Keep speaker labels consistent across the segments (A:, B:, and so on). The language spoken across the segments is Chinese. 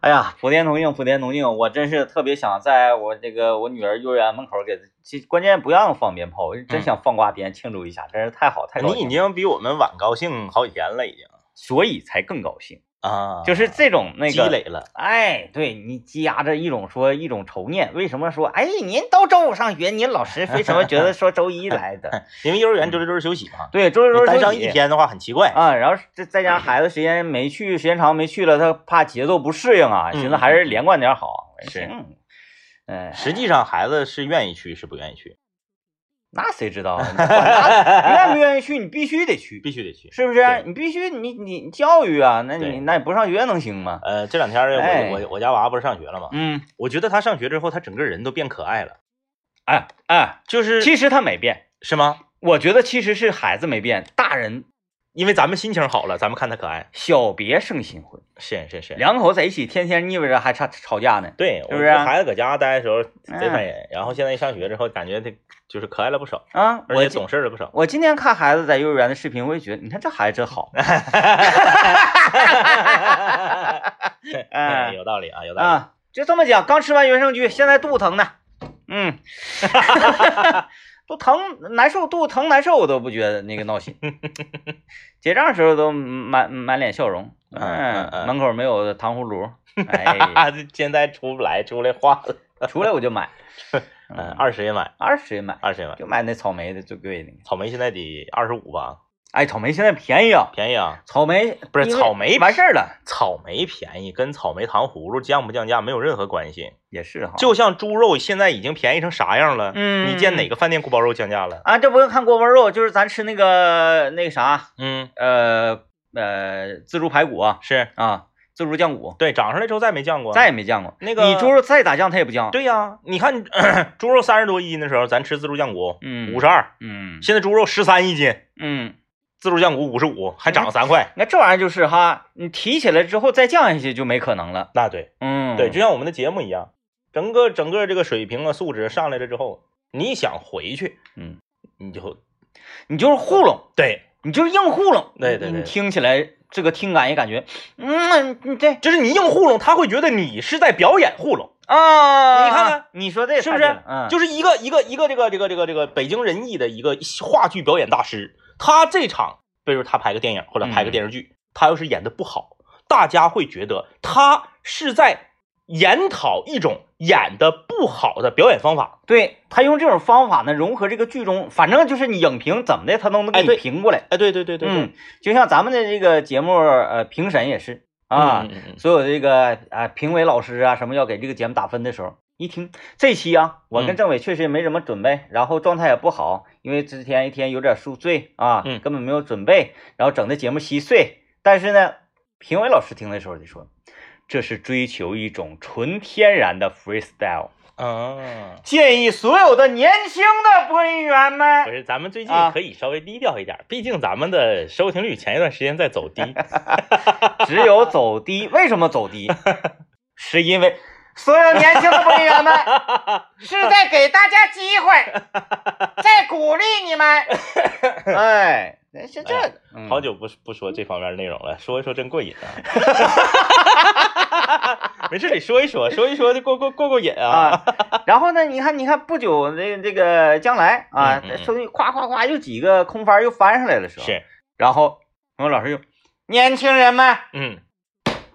A: 哎呀，普天同庆，普天同庆！我真是特别想在我这个我女儿幼儿园门口给，其关键不让放鞭炮，我真想放挂鞭庆祝一下，真是太好太高
B: 嗯哎你已
A: 兴了，
B: 经比我们晚高兴好几天了，已经
A: 所以才更高兴，
B: 啊，
A: 就是这种那个
B: 积累了，
A: 哎，对你积压着一种说一种仇念，为什么说哎您都周五上学，您老师为什么觉得说周一来 的？
B: 因为幼
A: 嗯
B: 儿园周六周日休息嘛，
A: 对，周六周日
B: 你单
A: 休
B: 上
A: 息
B: 一天的话很奇怪。
A: 啊，然后再再加上孩子时间没去，时间长没去了，他怕节奏不适应啊，
B: 嗯
A: 寻思还是连贯点好。
B: 是
A: 嗯，哎
B: 实际上孩子是愿意去，是不愿意去，
A: 那谁知道啊？你管 他你愿不愿意去，你必须得去，
B: 必须得去。
A: 是不是啊
B: 对？
A: 你必须你你你教育啊，那
B: 对
A: 你那你不上学能行吗？
B: 呃，这两天儿
A: 哎
B: 我我我家娃不是上学了吗？
A: 嗯，
B: 我觉得他上学之后，他整个人都变可爱了，
A: 哎哎，
B: 就是
A: 其实他没变，
B: 是吗？
A: 我觉得其实是孩子没变，大人
B: 因为咱们心情好了，咱们看他可爱，
A: 小别胜新婚，
B: 是是是。
A: 两口在一起天天腻歪着还吵吵架呢。
B: 对，
A: 是不
B: 我
A: 是
B: 觉得孩子搁家待的时候贼
A: 嗯
B: 烦人，然后现在一上学之后，感觉他就是可爱了不少，
A: 啊，
B: 而
A: 我
B: 且
A: 今
B: 懂事 了不少。
A: 我今天看孩子在幼儿园的视频，我也觉得你看这孩子真好。
B: 哎，
A: 哎
B: 有道理啊，有道理。
A: 啊，就这么讲，刚吃完原生菊，现在肚疼呢。嗯， 都疼难受，肚疼难受，我都不觉得那个闹 心。结账时候都满满脸笑容。哎
B: 嗯嗯嗯
A: 门口没有糖葫 芦，哎
B: 哈
A: 呀，
B: 哈，这现在出不来，出来花了。
A: 出来我就 买。
B: 嗯，二十也买，
A: 二十也买，
B: 二十也买。
A: 就买那草莓的最贵那个。
B: 草莓现在得二十五吧，
A: 哎，草莓现在便宜啊，
B: 便宜啊。
A: 草莓
B: 不是
A: 因为
B: 草莓
A: 完事儿了，
B: 草莓便宜跟草莓糖葫芦降不降价没有任何关系，
A: 也是哈。
B: 就像猪肉现在已经便宜成啥样了，
A: 嗯
B: 你见哪个饭店锅包肉降价了？
A: 啊，这不用看锅包肉，就是咱吃那个那个啥，
B: 嗯，
A: 呃呃，自助排骨啊，
B: 是
A: 啊自助酱骨，
B: 对，涨上来之后再没降过，
A: 再也没见过。
B: 那个
A: 你猪肉再咋降，它也不降。，
B: 对呀、你看 咳猪肉三十多一斤的时候，咱吃自助酱骨
A: 嗯，
B: 五十二，
A: 嗯
B: 现在猪肉十三一斤，
A: 嗯，
B: 自助酱骨五十五，还涨了三块。
A: 那这玩意儿就是哈，你提起来之后再降下去就没可能了。
B: 那对
A: 嗯，
B: 对，就像我们的节目一样，整个整个这个水平啊素质上来了之后，你想回去，
A: 嗯，
B: 你就
A: 你就是糊弄，
B: 对，
A: 你就是硬糊弄。
B: 对对对
A: 你听起来这个听感也感觉，嗯，你对
B: 就是你硬糊弄，他会觉得你是在表演糊弄。
A: 啊，
B: 你看看
A: 你说这
B: 是
A: 太
B: 不
A: 对
B: 是
A: 了？嗯，
B: 就是一个一个一个这个这个这个这个北京人艺的一个话剧表演大师，他这场，比如他拍个电影或者
A: 嗯
B: 拍个电视剧，他要是演的不好，大家会觉得他是在研讨一种演的不好的表演方法。
A: 对他用这种方法呢，融合这个剧中，反正就是你影评怎么的，他都能给
B: 哎
A: 你
B: 对
A: 评过来。
B: 哎，对对对对对，
A: 嗯，就像咱们的这个节目，呃，评审也是啊，
B: 嗯嗯嗯
A: 所有这个啊评委老师啊什么要给这个节目打分的时候，一听这期啊，我跟
B: 嗯
A: 政委确实也没什么准备，然后状态也不好，因为之前一天有点宿醉啊，
B: 嗯
A: 根本没有准备，然后整的节目稀碎。但是呢，评委老师听的时候就说，这是追求一种纯天然的 freestyle，
B: 嗯，
A: 建议所有的年轻的播音员
B: 不
A: 们，
B: 是，咱们最近
A: 啊
B: 可以稍微低调一点，毕竟咱们的收听率前一段时间在走低。
A: 只有走低，为什么走低？是因为所有年轻的播音员 们。是在给大家机会，在鼓励你 们。哎，是这个。嗯
B: 好，久不不说这方面的内容了，说一说真 过瘾啊！没事，你说一说，说一说就过过过过瘾啊！
A: 啊，然后呢？你看，你看，不久那这个将来啊
B: 嗯嗯，嗯
A: 收益夸夸夸又几个空翻又翻上来的时候，
B: 是，
A: 然后我们老师又，年轻人们，
B: 嗯，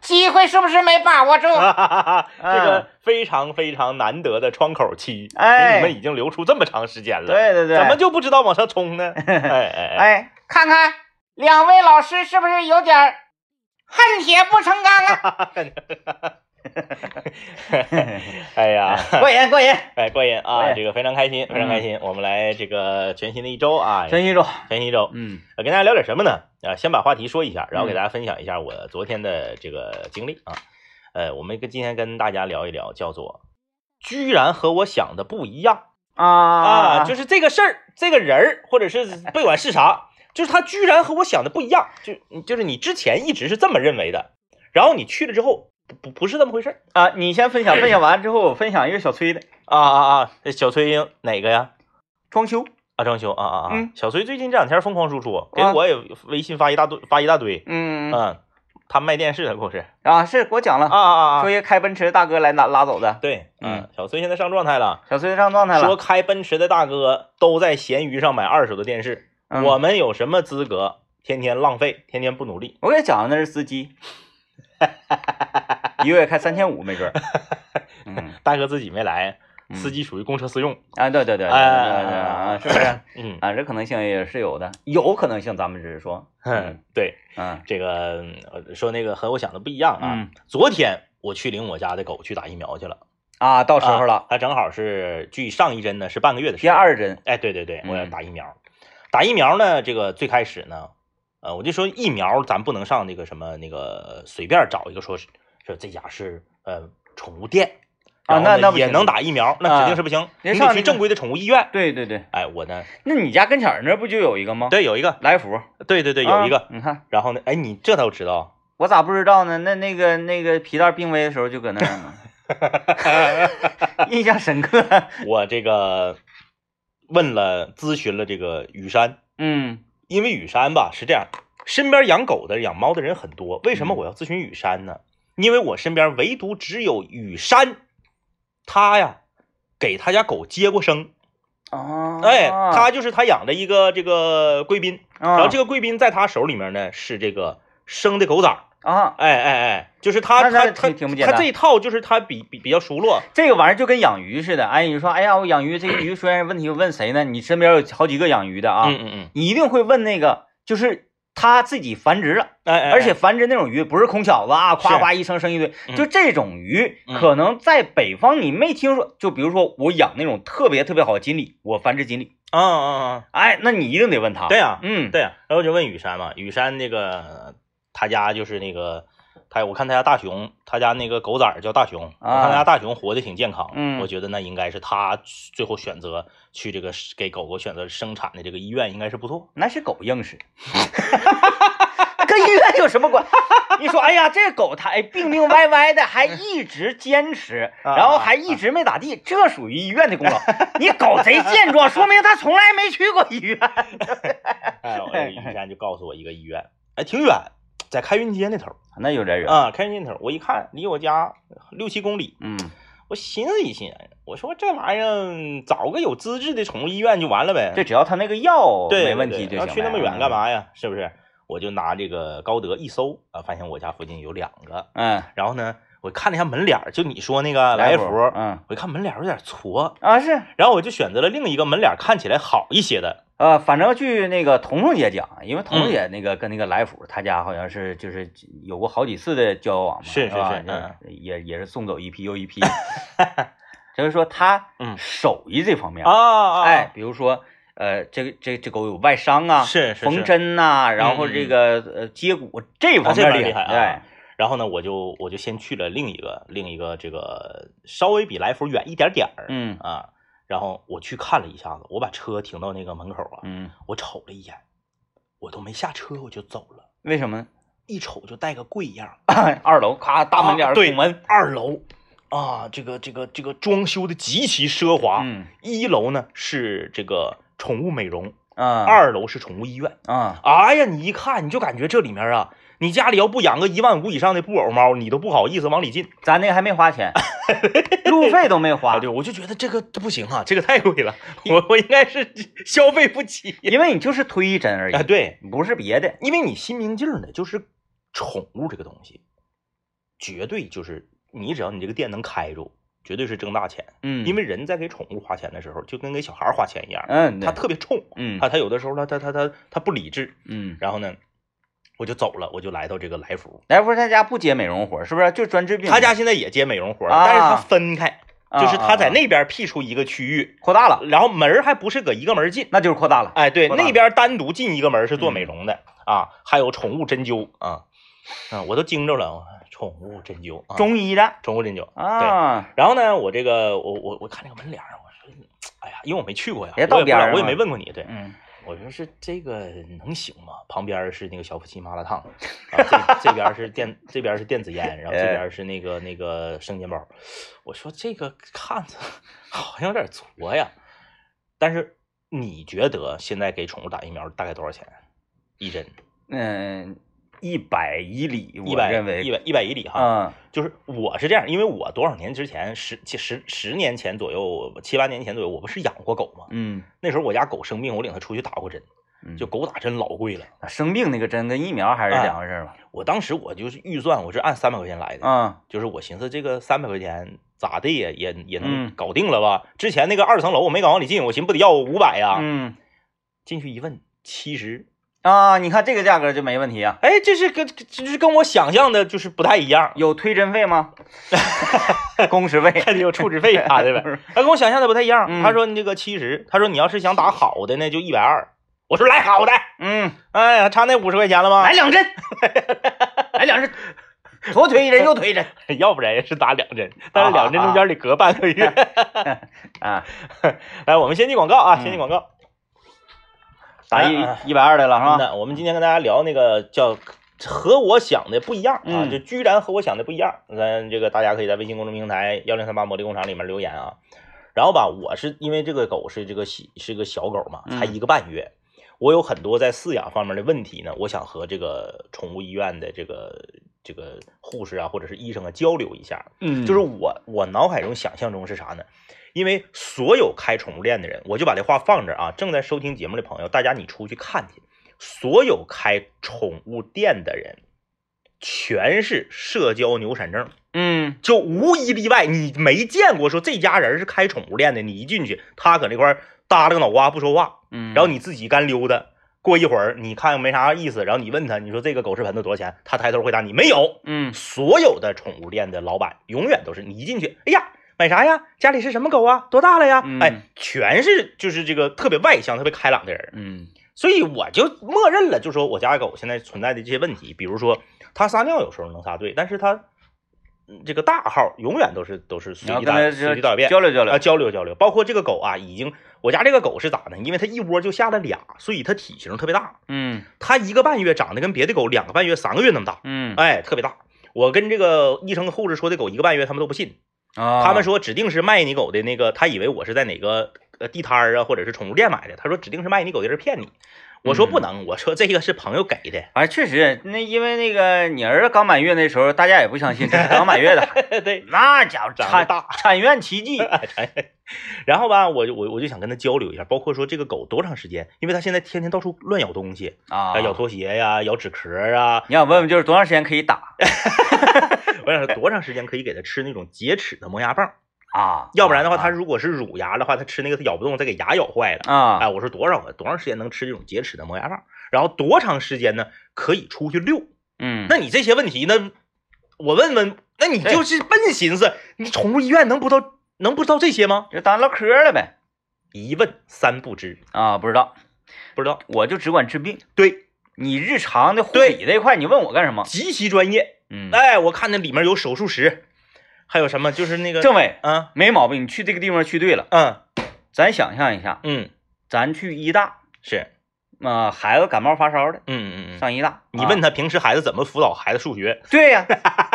A: 机会是不是没把握住？
B: 啊这个非常非常难得的窗口期，
A: 哎
B: 你们已经留出这么长时间了，
A: 对对对，
B: 怎么就不知道往上 冲呢？哎哎哎，
A: 哎，看看两位老师是不是有点儿恨铁不成钢啊？
B: 哎呀！
A: 过瘾过瘾，
B: 哎，过瘾啊！
A: 哎
B: 这个非常开心，非常开心。我们来这个全新的一周啊，全
A: 真一周，
B: 新一周，
A: 嗯
B: 呃，跟大家聊点什么呢？啊，先把话题说一下，然后给大家分享一下我昨天的这个经历啊。呃，我们跟今天跟大家聊一聊，叫做居然和我想的不一样
A: 啊
B: 啊，就是这个事儿，这个人儿，或者是不管是啥，就是他居然和我想的不一样，就就是你之前一直是这么认为的，然后你去了之后不不不是这么回事儿
A: 啊，你先分享，分享完之后我分享一个小崔的
B: 啊啊啊！这小崔哪个呀？
A: 装修。
B: 啊，装修啊啊啊！
A: 嗯
B: 小崔最近这两天疯狂输出，给
A: 啊
B: 我也微信发一大堆，发一大堆。
A: 嗯
B: 嗯，他卖电视的故事
A: 啊，是给我讲了，
B: 啊啊
A: 说
B: 啊！
A: 一个开奔驰的大哥来拿拉走的，
B: 对，
A: 嗯
B: 嗯，小崔现在上状态了，
A: 小崔上状态
B: 说
A: 了，
B: 开奔驰的大哥都在闲鱼上买二手的电视，
A: 嗯
B: 我们有什么资格天天浪费，天天不努力？
A: 我给你讲的那是司机，一个月开三千五没准儿，嗯
B: 大哥自己没来，
A: 嗯
B: 司机属于公车私用，
A: 啊，对对对对对对对啊，是不是？
B: 嗯，
A: 啊，这可能性也是有的，有可能性，咱们只是说，嗯
B: 对，
A: 嗯
B: 这个呃说那个和我想的不一样啊。
A: 嗯
B: 昨天我去领我家的狗去打疫苗去了，
A: 啊，到时候
B: 啊
A: 了，
B: 它正好是距上一针呢是半个月的时
A: 第
B: 间。
A: 二针，
B: 哎，对对对，
A: 嗯
B: 我要打疫苗。打疫苗呢，这个最开始呢，呃，我就说疫苗咱不能上那个什么那个随便找一个说是说这家是呃宠物店
A: 啊
B: 然后呢
A: 那那不
B: 也
A: 行啊
B: 能打疫苗，那指定是不行，
A: 您
B: 你
A: 上
B: 得
A: 那个
B: 去正规的宠物医院。
A: 对对对，
B: 哎，我呢，
A: 那你家跟前儿那不就有一个吗？
B: 对，有一个，
A: 来福，
B: 对对对，有一
A: 啊
B: 个。
A: 你看
B: 然后呢，哎，你这都知道，
A: 我咋不知道呢？那那个那个皮蛋病危的时候就搁那儿 呢，印象深刻，
B: 我这个问了咨询了这个雨山，
A: 嗯
B: 因为雨山吧是这样，身边养狗的、养猫的人很多，为什么
A: 嗯
B: 我要咨询雨山呢？因为我身边唯独只有雨山，他呀给他家狗接过生，
A: 哦，
B: 哎，他就是他养的一个这个贵宾，
A: 啊，
B: 然后这
A: 个
B: 个贵宾在他手里面呢是这个生的狗崽儿，
A: 啊，
B: 哎哎哎，就是他
A: 那那
B: 他他
A: 挺挺不简单
B: 他这一套就是他比比比较熟络，
A: 这个玩意儿就跟养鱼似的，哎，你说，哎呀，我养鱼，这个鱼出现问题，我问谁呢？你身边有好几个养鱼的啊，
B: 嗯嗯嗯，
A: 你一定会问那个，就是它自己繁殖了。
B: 哎哎，
A: 而且繁殖那种鱼不是空小子啊，夸
B: 是
A: 夸一声生一堆，
B: 嗯
A: 就这种鱼
B: 嗯
A: 可能在北方你没听说，就比如说我养那种特别特别好的锦鲤，我繁殖锦鲤，
B: 啊啊啊，
A: 哎，那你一定得问他，
B: 对，啊呀，
A: 嗯，
B: 对呀、然后我就问雨山嘛，雨山那个他家就是那个他，我看他家大熊，他家那个狗崽儿叫大熊，我看
A: 啊
B: 他家大熊活得挺健康，
A: 嗯
B: 我觉得那应该是他最后选择去这个给狗狗选择生产的这个医院应该是不错，
A: 那是狗硬实，跟医院有什么关？ 你说，哎呀，这狗它哎病病歪歪的，还一直坚持，
B: 啊
A: 然后还一直没咋地，这属于医院的功 劳。你狗贼健壮，说明它从来没去过医院。
B: 啊哎，我这雨山就告诉我一个医院，哎，挺远，在开运街那头儿
A: 那有点远，
B: 啊，开运街那头儿，我一看离我家六七公里，
A: 嗯
B: 我寻思一寻，我说这玩意儿找个有资质的宠物医院就完了呗，
A: 就只要它那个药
B: 对，
A: 没
B: 对
A: 问
B: 对
A: 题就
B: 要
A: 行呗。
B: 去那么远干
A: 嗯？
B: 嘛呀？是不是？我就拿这个高德一搜啊，发现我家附近有两个。
A: 嗯。
B: 然后呢，我看了一下门脸儿，就你说那个来福，
A: 嗯
B: 我一看门脸儿有点矬，
A: 啊是
B: 然后我就选择了另一个门脸儿看起来好一些的。
A: 呃，反正据那个彤彤姐讲，因为彤
B: 嗯
A: 彤姐那个跟那个来福他家好像是就是有过好几次的交往嘛，
B: 是是
A: 吧
B: 是嗯
A: 也也也是送走一批又一 批，就是说他
B: 嗯
A: 手艺这方面，
B: 啊
A: 哎，，比如说呃，这个这这狗有外伤啊，
B: 是是
A: 缝
B: 是。
A: 针呐、然后这个呃接骨这方
B: 这
A: 面
B: 边
A: 厉
B: 厉害
A: 哎
B: 啊，然后呢，我就我就先去了另一个另一个这个稍微比来福远一点点儿，
A: 嗯
B: 啊，然后我去看了一下子，我把车停到那个门口啊，
A: 嗯，
B: 我瞅了一眼，我都没下车我就走了。
A: 为什么呢？
B: 一瞅就带个贵样，
A: 二楼咔大门脸儿
B: 啊对
A: 拱门，
B: 二楼啊，这个这个这个装修的极其奢华。
A: 嗯
B: 一楼呢是这个宠物美容，
A: 啊
B: 二楼是宠物医院。
A: 啊
B: 哎呀，你一看你就感觉这里面啊，你家里要不养个一万五以上的布偶猫，你都不好意思往里进。
A: 咱那个还没花 钱，路费都没花
B: 啊，，对，我就觉得这个这不行啊，这个太贵了，我我应该是消费不起。
A: 因为你就是推一针而已
B: 啊，，对，
A: 不是别的。
B: 因为你心明镜的，就是宠物这个东西，绝对就是你只要你这个店能开住，绝对是挣大钱。
A: 嗯
B: 因为人在给宠物花钱的时候，就跟给小孩儿花钱一样，
A: 嗯，
B: 他
A: 对
B: 特啊别冲，
A: 嗯
B: 他他有的时候他他他他他不理智，
A: 嗯，
B: 然后呢，我就走了，我就来到这个来福，
A: 来福他家不接美容活，是不是？就专治病。
B: 他家现在也接美容活儿了，
A: 啊
B: 但是他分开，
A: 啊
B: 就是他在
A: 啊
B: 那边辟出一个区域，
A: 啊扩大了，
B: 然后门儿还不是搁一个门儿进，
A: 那就是扩大了。
B: 哎，对，
A: 扩大嗯
B: 那
A: 了
B: 边单独进一个门儿是做美容的啊，还有宠物针灸啊，嗯，我都惊着了，我看宠物针灸，啊
A: 中医的
B: 宠物针灸，
A: 啊，
B: 然后呢，我这个我我我看这个门脸儿，我说，哎呀，因为我没去过呀，
A: 别到
B: 我也不知道
A: 边儿上
B: 我也
A: 了
B: 没问过你，对，
A: 嗯，
B: 我说是这个能行吗？旁边儿是那个小夫妻麻辣烫，啊、这这边儿是电，这边儿是电子烟，然后这边儿是那个那个生煎包。我说这个看着好像有点矬呀，但是你觉得现在给宠物打疫苗大概多少钱一针？
A: 嗯，一百一里，
B: 一
A: 我
B: 百
A: 认为
B: 一百啊一百一里哈，
A: 嗯
B: 就是我是这样，因为我多少年之前十七十十年前左右，七八年前左右，我不是养过狗吗？
A: 嗯
B: 那时候我家狗生病，我领它出去打过针，
A: 嗯，
B: 就狗打针老贵了。
A: 生病那个针跟疫苗还是
B: 哎
A: 两回事儿吧？
B: 我当时我就是预算，我是按三百块钱来的，
A: 嗯
B: 就是我寻思这个三百块钱咋的也也也能
A: 嗯
B: 搞定了吧？之前那个二层楼我没敢往里进，我寻思不得要五百呀？
A: 嗯
B: 进去一问七十，
A: 啊，你看这个价格就没问题啊。
B: 哎，这是跟这是跟我想象的就是不太一样，
A: 有推针费吗？工时费？
B: 还得有处置费啊啥的呗。 他跟我想象的不太一样，
A: 嗯
B: 他说你这个七十，他说你要是想打好的呢就一百二，我说来好的，
A: 嗯，
B: 哎呀，差那五十块钱了吗
A: 来？两针，来两针，左腿一针，右腿一针
B: 要不然也是打两针，但是两针中间得隔半个月。
A: 啊，
B: 来，我们先进广告啊，
A: 嗯
B: 先进广告。
A: 打
B: 啊
A: 一一百二来了是吧？
B: 那我们今天跟大家聊那个叫和我想的不一样啊，
A: 嗯
B: 就居然和我想的不一样。咱这个大家可以在微信公众平台幺零三八魔力工厂里面留言啊。然后吧，我是因为这个狗是这个小是个小狗嘛，才
A: 嗯
B: 一个半月，我有很多在饲养方面的问题呢，我想和这个宠物医院的这个这个护士啊或者是医生啊交流一下。
A: 嗯
B: 就是我我脑海中想象中是啥呢？因为所有开宠物店的人，我就把这话放这儿啊。正在收听节目的朋友，大家你出去看去，所有开宠物店的人，全是社交牛闪症，
A: 嗯
B: 就无一例外。你没见过说这家人是开宠物店的，你一进去，他搁那块儿耷拉个脑瓜不说话，
A: 嗯，
B: 然后你自己干溜达。过一会儿你看没啥意思，然后你问他，你说这个狗食盆子多少钱？他抬头回答你没有。
A: 嗯
B: 所有的宠物店的老板永远都是你一进去，哎呀，买啥呀？家里是什么狗啊？多大了呀？
A: 嗯
B: 哎，全是就是这个特别外向、特别开朗的人，
A: 嗯
B: 所以我就默认了，就说我家狗现在存在的这些问题，比如说它撒尿有时候能撒对，但是它嗯这个大号永远都是都是随
A: 然后
B: 地
A: 跟
B: 大
A: 他
B: 随地大小便。
A: 交流交
B: 啊，
A: 流，
B: 交流交流，包括这个狗啊，已经我家这个狗是咋呢？因为它一窝就下了俩，所以它体型特别大。
A: 嗯
B: 它一个半月长得跟别的狗两个半月、三个月那么大。
A: 嗯
B: 哎，特别大。我跟这个医生、护士说的狗一个半月，他们都不信，
A: 啊，
B: 他们说指定是卖你狗的那个，他以为我是在哪个呃地摊儿啊，或者是宠物店买的，他说指定是卖你狗的人骗你。我
A: 嗯
B: 说不能，我说这个是朋友给的，
A: 哎，确实，那因为那个你儿子刚满月那时候，大家也不相信这是刚满月 的，
B: 对，
A: 那家伙
B: 长得
A: 产
B: 大。哎
A: 产院奇迹，
B: 然后吧，我就我我就想跟他交流一下，包括说这个狗多长时间，因为它现在天天到处乱咬东西，
A: 啊
B: 啊，咬拖鞋呀、咬纸壳儿啊，
A: 你想问问就是多长时间可以打
B: 我想说多长时间可以给它吃那种洁齿的磨牙棒，
A: 啊？
B: 要不然的话，
A: 啊
B: 它如果是乳牙的话，它吃那个它咬不动，再给牙咬坏了。哎，
A: 啊，
B: 我说多少个多长时间能吃这种洁齿的磨牙棒？然后多长时间呢可以出去遛？
A: 嗯，
B: 那你这些问题呢，我问问，那你就是笨寻思，你宠物医院能不到能不知道这些吗？
A: 就当唠嗑了呗
B: 一问三不知，
A: 啊？不知道，
B: 不知道。
A: 我就只管治病，
B: 对，
A: 你日常的护理这一块，你问我干什么？
B: 极其专业。
A: 嗯，
B: 哎，我看那里面有手术室，还有什么就是那个
A: 政委
B: 啊，
A: 没毛病，你去这个地方去对了。
B: 嗯
A: 咱想象一下，
B: 嗯
A: 咱去医大，
B: 是，
A: 啊、孩子感冒发烧的
B: 嗯嗯嗯。
A: 上医大，
B: 你问
A: 他，
B: 他平时孩子怎么辅导孩子数学，
A: 对 呀、啊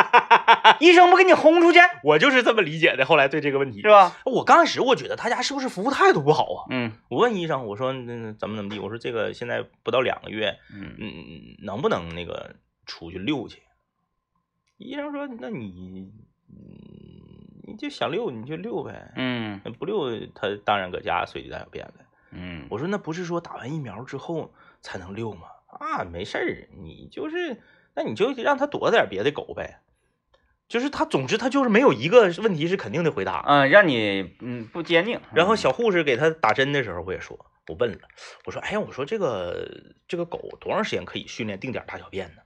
A: 医生不给你轰出去
B: 我就是这么理解的。后来对这个问题
A: 是，吧？
B: 我刚开始我觉得他家是不是服务态度不好啊？
A: 嗯
B: 我问医生，我说那那怎么怎么地？我说这个现在不到两个月，
A: 嗯
B: 嗯，能不能那个出去溜去？医生说，那你，嗯你就想溜你就溜呗，
A: 嗯
B: 那不溜他当然搁家随地大小便呗。
A: 嗯，
B: 我说那不是说打完疫苗之后才能溜吗？啊，没事儿，你就是那你就让他躲点别的狗呗。就是他，总之他就是没有一个问题是肯定的回答。
A: 嗯，让你嗯不坚定，
B: 然后
A: 嗯
B: 小护士给他打针的时候，我也说，我问了，我说，哎呀，我说这个这个狗多长时间可以训练定点大小便呢？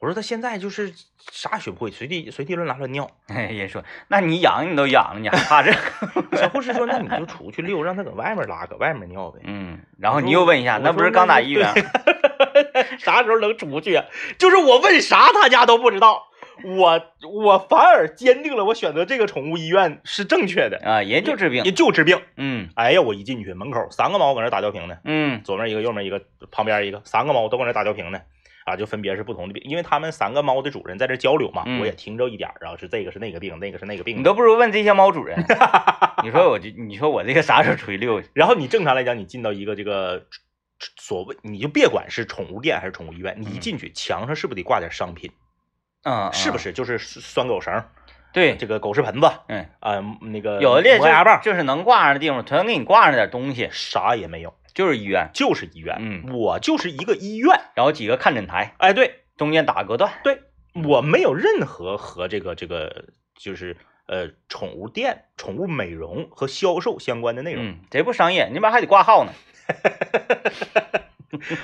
B: 我说它现在就是啥也学不会，随地随地乱拉乱尿。
A: 嗯 也说，那你养你都养了，你还怕这个？
B: 小护士说，那你就出去溜，让它搁外面拉，搁外面尿呗。
A: 嗯，然后
B: 我
A: 你
B: 说
A: 又问一下，
B: 我
A: 那不
B: 说
A: 是刚打疫
B: 对
A: 苗？
B: 啥时候能出去啊？就是我问啥他家都不知道，我我反而坚定了我选择这个宠物医院是正确的，
A: 啊，人就治
B: 也
A: 病，
B: 就治病。
A: 嗯
B: 哎呀，我一进去门口三个猫搁那打吊瓶呢。
A: 嗯
B: 左面一个，右面一个，旁边一个，三个猫都搁那打吊瓶呢，啊，就分别是不同的病，因为他们三个猫的主人在这交流嘛，
A: 嗯
B: 我也听着一点儿，然后是这个是那个病，那个是那个病
A: 你，都不如问这些猫主人。 你说我就，你说我这个啥时候出去溜去？
B: 然后你正常来讲，你进到一个这个宠所谓你就别管是宠物店还是宠物医院，你一进去墙上是不是得挂点商品？
A: 嗯，
B: 是不
A: 是？
B: 是就是拴狗绳？
A: 对，
B: 这个狗食盆子啊、
A: 嗯，
B: 那个
A: 有的列
B: 磨牙棒，
A: 就是能挂上的地方，全给你挂上点东西，
B: 啥也没有，
A: 就是医院，
B: 就是医院。
A: 嗯，
B: 我就是一个医院。
A: 然后几个看诊台，
B: 哎，对，
A: 中间打隔断。
B: 对我没有任何和这个这个就是呃宠物店、宠物美容和销售相关的内容，
A: 嗯，贼不商业，你妈还得挂号呢。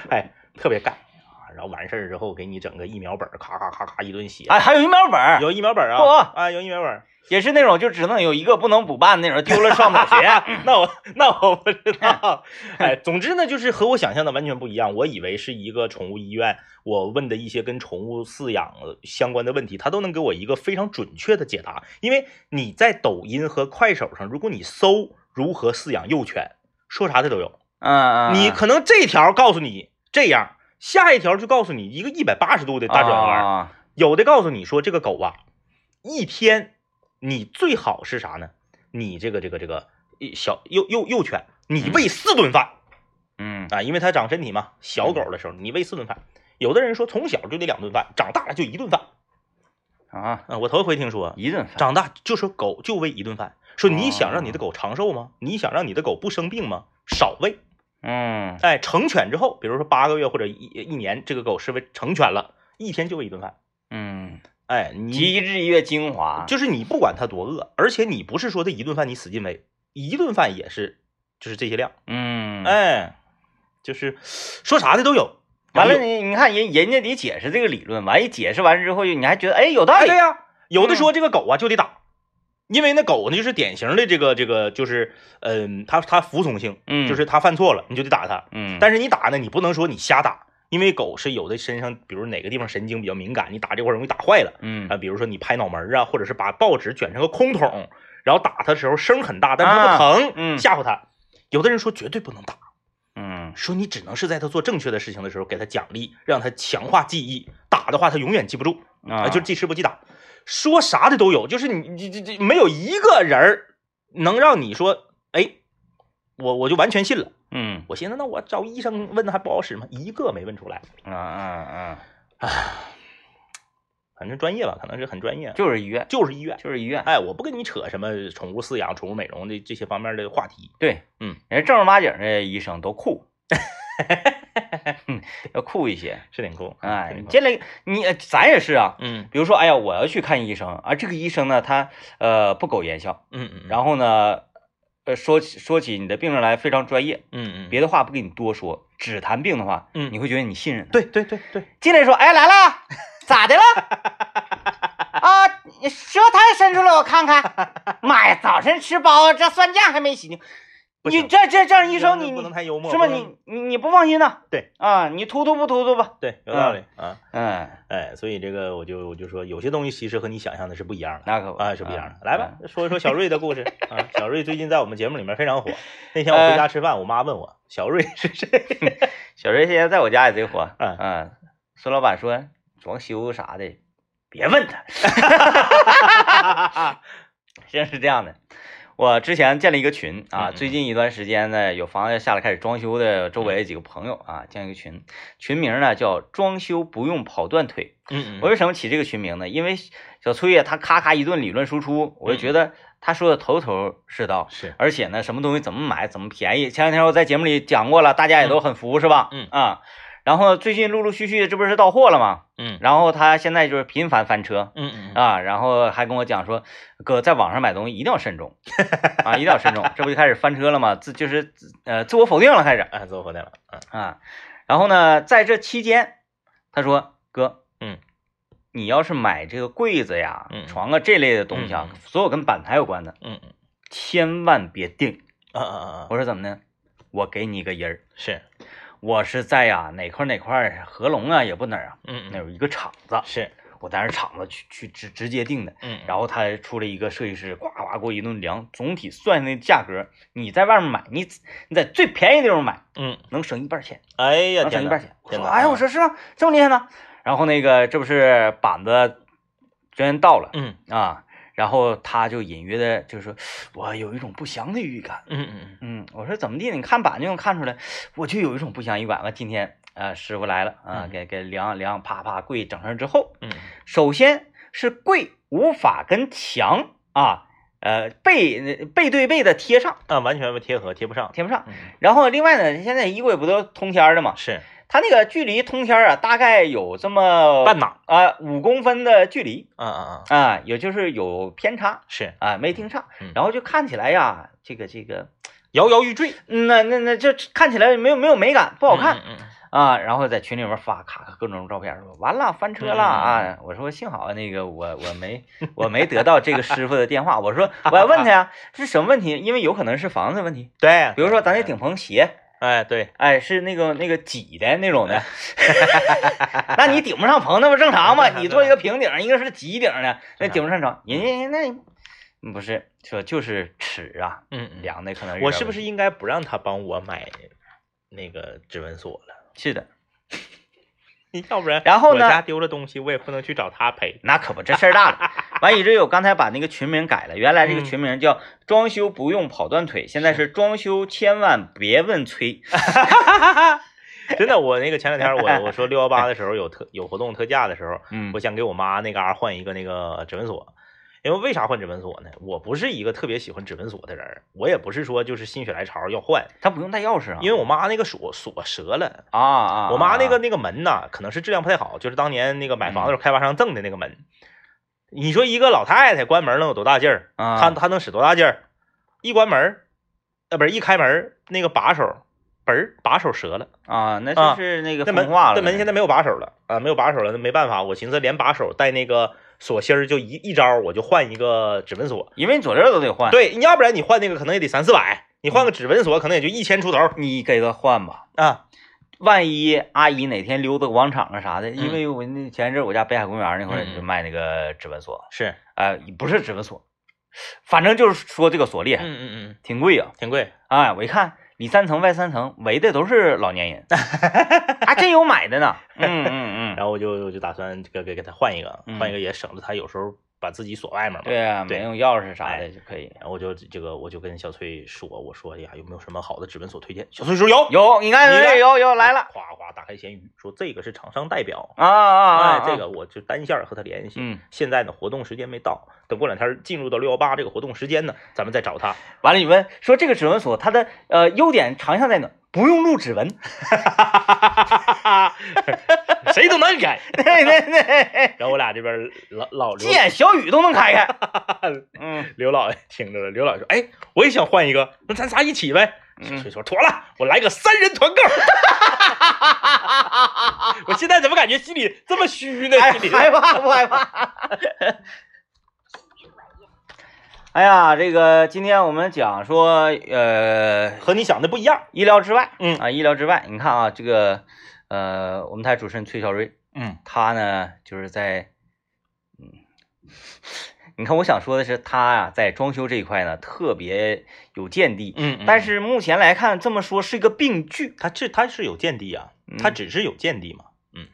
B: 哎，特别干啊。然后完事儿之后，给你整个疫苗本儿，咔咔咔咔一顿写，
A: 哎，还有疫苗本儿，
B: 有疫苗本儿啊，
A: 嚯
B: 啊有疫苗本儿。
A: 也是那种就只能有一个不能补办那种，丢了上不了
B: 别
A: 学。
B: 啊，那我那我不知道。哎，总之呢，就是和我想象的完全不一样。我以为是一个宠物医院，我问的一些跟宠物饲养相关的问题，它都能给我一个非常准确的解答。因为你在抖音和快手上，如果你搜如何饲养幼犬，说啥的都有。
A: 嗯嗯，
B: 你
A: 嗯
B: 可能这条告诉你这样，下一条就告诉你一个一百八十度的大转弯。
A: 啊
B: 有的告诉你说这个狗啊，一天你最好是啥呢？你这个这个这个一小幼幼幼犬，你喂四顿饭
A: 嗯
B: 啊，因为它长身体嘛。小狗的时候你喂四顿饭，有的人说从小就得两顿饭，长大了就一顿饭
A: 啊，
B: 啊。我头一回听说，
A: 一顿饭。
B: 长大就是狗就喂一顿饭。说你想
A: 哦
B: 让你的狗长寿吗？你想让你的狗不生病吗？少喂。
A: 嗯
B: 哎，成犬之后，比如说八个月或者一一年，这个狗是为成犬了，一天就喂一顿饭。
A: 嗯，
B: 哎，你
A: 极致月精华，
B: 就是你不管它多饿，而且你不是说这一顿饭你使劲喂，一顿饭也是就是这些量，
A: 嗯，
B: 哎，就是说啥的都有。
A: 完了
B: 有，
A: 你你看人人家得解释这个理论，完一解释完之后，你还觉得哎有道
B: 哎
A: 理
B: 对，呀、有
A: 嗯
B: 的说这个狗啊就得打，因为那狗呢就是典型的这个这个就是嗯，它它服从性，
A: 嗯，
B: 就是它犯错了你就得打它，
A: 嗯，
B: 但是你打呢你不能说你瞎打，因为狗是有的身上比如哪个地方神经比较敏感，你打这块儿容易打坏了。
A: 嗯
B: 啊，比如说你拍脑门儿啊，或者是把报纸卷成个空桶，然后打它的时候声很大，但是它
A: 啊
B: 不疼，
A: 嗯
B: 吓唬它。有的人说绝对不能打，
A: 嗯
B: 说你只能是在它做正确的事情的时候给它奖励，让它强化记忆。打的话，它永远记不住
A: 啊
B: 就是记吃不记打。说啥的都有，就是你你这这没有一个人儿能让你说，哎，我我就完全信了。
A: 嗯
B: 我寻思那我找医生问还不好使吗？一个没问出来，
A: 啊啊啊，
B: 反正专业吧，可能是很专业，
A: 就是医院，
B: 就是医院。
A: 就是医院，
B: 哎，我不跟你扯什么宠物饲养、宠物美容的这些方面的话题。
A: 对，
B: 嗯，
A: 人家正儿八经的医生都酷， 嗯要酷一些，
B: 是挺酷，
A: 哎，
B: 是
A: 你
B: 挺酷
A: 进来你呃咱也是啊，
B: 嗯
A: 比如说哎呀我要去看医生啊，这个医生呢他呃不苟言笑，
B: 嗯嗯，后
A: 然后呢呃说起说起你的病人来非常专业，
B: 嗯嗯，
A: 别的话不跟你多说，只谈病的话，
B: 嗯
A: 你会觉得你信任他。
B: 对对对对，
A: 进来说：“哎， 来了，咋的了？啊，你舌苔伸出来我看看。妈呀，早晨吃包子，这蒜酱还没洗呢。
B: 不行
A: 你这这这样一
B: 生
A: 生，你
B: 不
A: 你
B: 能太幽默，
A: 是吧？
B: 不能
A: 你你你不放心呐？
B: 对
A: 啊，你突突不突突吧？
B: 对有道理啊，
A: 嗯，
B: 哎，所以这个我就我就说，有些东西其实和你想象的是不一样的。
A: 那可不嗯
B: 啊，是不一样的。来吧，，说一说小瑞的 故事啊。小瑞最近在我们节目里面非常 火。那天我回家吃饭，我妈问我小瑞是谁，
A: 小瑞现在在我家也贼火。
B: 嗯
A: 嗯，孙老板说装修啥的，别问他。真是这样的，我之前建了一个群啊，
B: 嗯嗯
A: 最近一段时间呢，有房子下来开始装修的，
B: 嗯
A: 周围几个朋友啊，建了一个群，群名呢叫“装修不用跑断腿”。
B: 嗯
A: 我为什么起这个群名呢？因为小崔啊呀，他咔咔一顿理论输出，我就
B: 嗯
A: 觉得他说的头头是道，
B: 是
A: 而且呢，什么东西怎么买怎么便宜，前两天我在节目里讲过了，大家也都很服，是吧？
B: 嗯
A: 啊，然后最近陆陆续续这不是到货了吗？
B: 嗯
A: 然后他现在就是频繁翻车，
B: 嗯嗯
A: 啊，然后还跟我讲说，哥在网上买东西一定要慎重啊，一定要慎重，这不就开始翻车了吗？自就是自呃自我否定了，开始
B: 哎，自我否定了，嗯
A: 啊。然后呢，在这期间，他说哥，
B: 嗯，
A: 你要是买这个柜子呀、
B: 嗯嗯
A: 床啊这类的东西啊
B: 嗯，嗯
A: 所有跟板材有关的，
B: 嗯嗯
A: 千万别定。
B: 啊啊啊啊，
A: 我说怎么呢？我给你一个人儿，
B: 是，
A: 我是在呀、哪块儿哪块儿合龙啊，也不哪儿啊，
B: 嗯
A: 那
B: 嗯
A: 有一个厂子，
B: 是，
A: 我在那儿厂子去去直直接定的。
B: 嗯
A: 然后他出了一个设计师，呱呱给我一顿量，总体算下那价格，你在外面买，你你在最便宜的地方买，
B: 嗯，
A: 能省一半钱，
B: 哎呀，
A: 能省
B: 天
A: 一
B: 呐
A: 半钱。我
B: 天
A: 说，
B: 呐
A: 哎呀，我，说是吗？这么厉害呢？然后那个这不是板子居然到了
B: 嗯
A: 啊，然后他就隐约的就说，我有一种不祥的预感。
B: 嗯嗯
A: 嗯，我说怎么地？你看板就能看出来，我就有一种不祥预感。完，今天啊、呃师傅来了啊、
B: 嗯
A: 给给量量，啪啪跪整上之后，
B: 嗯
A: 首先是跪无法跟墙啊，呃背背对背的贴上，
B: 啊，完全不贴合，贴不上。
A: 贴不上。
B: 嗯，
A: 然后另外呢，现在衣柜不都通天儿的嘛，
B: 是
A: 它那个距离通天儿啊，大概有这么
B: 半码。
A: 啊五公分的距离
B: 嗯嗯嗯，
A: 啊，也就是有偏差
B: 是
A: 啊，没盯上
B: 嗯，
A: 然后就看起来呀，这个这个，
B: 摇摇欲坠，
A: 嗯那那那就看起来没有没有美感，不好看。
B: 嗯。嗯嗯
A: 啊，然后在群里面发咔咔各种照片，说完了翻
B: 嗯
A: 车了啊！我说幸好那个我我没我没得到这个师傅的电话，我说我要问他呀是什么问题，因为有可能是房子问题，
B: 对，
A: 比如说咱那顶棚斜，
B: 哎，对，
A: 哎是那个那个挤的那种 的，那你顶不上棚那不正常吗？你做一个平顶，一个是挤顶的，那顶不上床，人家那不是说就是尺啊
B: 嗯
A: 量的可能
B: 我是不
A: 是
B: 是应该不让他帮我买那个指纹锁了？
A: 是的？
B: 你要不然，
A: 然后
B: 我
A: 呢
B: 家丢了东西，我也不能去找他赔。
A: 那可不，这事儿大了。完，以至于我刚才把那个群名改了，原来这个
B: 嗯
A: 群名叫“装修不用跑断腿”，现在是“装修千万别问崔
B: 真的，我那个前两天我我说六幺八的时候有特有活动特价的时候，”。
A: 嗯
B: 我想给我妈那嘎、换一个那个指纹锁，因为为啥换指纹锁呢？我不是一个特别喜欢指纹锁的人儿，我也不是说就是心血来潮要换，
A: 他不用带钥匙啊，
B: 因为我妈那个锁锁折了，
A: 啊啊，
B: 我妈那个
A: 啊
B: 那个门呐，可能是质量不太好，就是当年那个买房
A: 嗯
B: 的时候开发商赠的那个门。你说一个老太太关门能有多大劲儿？
A: 啊
B: 她她能使多大劲儿？一关门儿，呃，不是一开门儿，那个把手，嘣儿，把手折了。
A: 啊，那就是那个
B: 那门
A: 风化了。
B: 那门现在
A: 在
B: 没有把手了啊，没有把手了，那没办法。我寻思连把手带那个锁芯儿，就一一招儿我就换一个指纹锁。
A: 因为你左右都得换，，
B: 对，你要不然你换那个可能也得三四百，
A: 嗯
B: 你换个指纹锁可能也就一千出头儿
A: 你给他换吧。
B: 啊。
A: 万一阿姨哪天溜达广场啊啥的，因为我那前一阵我家北海公园那会儿
B: 嗯嗯嗯
A: 就卖那个指纹锁，
B: 是，
A: 呃，不是指纹锁，反正就是说这个锁厉害，
B: 嗯嗯，
A: 挺贵啊。
B: 挺贵。
A: 哎，我一看里三层外三层围的都是老年人，还真有买的呢。嗯嗯 嗯，
B: 然后我就我就打算给给给他换一个，
A: 嗯
B: 换一个也省得他有时候把自己锁外面嘛。
A: 对啊，
B: 对哎
A: 没用钥匙啥的就可以。
B: 然后我就这个我就跟小崔说，我说哎呀有没有什么好的指纹锁推荐？小崔说有，
A: 有，你看，
B: 你看
A: 哎有有来了
B: 哗哗打开闲鱼说这个是厂商代表，
A: 啊啊啊
B: 哎
A: 啊！
B: 这个我就单线儿和他联系。
A: 嗯，
B: 现在呢活动时间没到，等过两天进入到六幺八这个活动时间呢，咱们再找他。
A: 完了，你问说这个指纹锁它的呃优点长项在哪？不用录指纹。
B: 谁都能改。
A: 对对对，
B: 然后我俩这边老老刘
A: 鸡眼小雨都能开 开。嗯，
B: 刘老爷哎听着了，刘老爷说，哎，我也想换一个，那咱仨一起呗。小
A: 嗯
B: 崔说妥了，我来个三人团购。 我现在怎么感觉心里这么虚呢？
A: 害
B: 心里
A: 哎害怕不害怕？ 哎呀，这个今天我们讲说，呃，
B: 和你想的不一样。
A: 意料之外，
B: 嗯
A: 啊，意料之外。你看啊，这个呃，我们台主持人崔小瑞，
B: 嗯
A: 他呢就是在，嗯，你看我想说的是，他呀、在装修这一块呢特别有见地，
B: 嗯
A: 但
B: 但是
A: 是目前来看，这么说是一个病句。
B: 他这他是有见地啊
A: 嗯，
B: 他只是有见地嘛。嗯，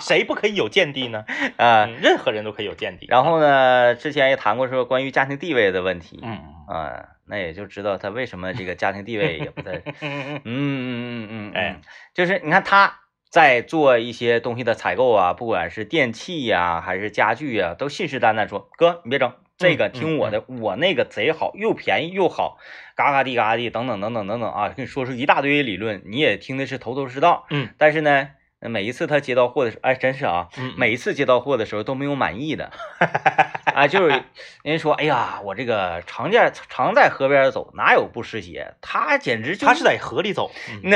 B: 谁不可以有见地呢？
A: 啊。
B: 嗯任何人都可以有见地。
A: 然后呢，之前也谈过说关于家庭地位的问题，
B: 嗯，
A: 啊，那也就知道他为什么这个家庭地位也不太，嗯嗯
B: 嗯嗯
A: 嗯嗯，
B: 哎
A: 嗯，就是你看他在做一些东西的采购啊，不管是电器呀、还是家具呀、都信誓旦旦说哥你别整。这个
B: 嗯
A: 听我的，我那个贼好，又便宜又好，嘎嘎地嘎嘎地，等等等等等等啊，跟你说出一大堆理论，你也听的是头头是道。
B: 嗯，
A: 但是呢，呃每一次他接到货的时候，哎，真是啊，
B: 嗯，
A: 每一次接到货的时候都没有满意的， 啊，就是人家说，哎呀，我这个常见常在河边走，哪有不湿鞋？他简直就
B: 他是在河里走，嗯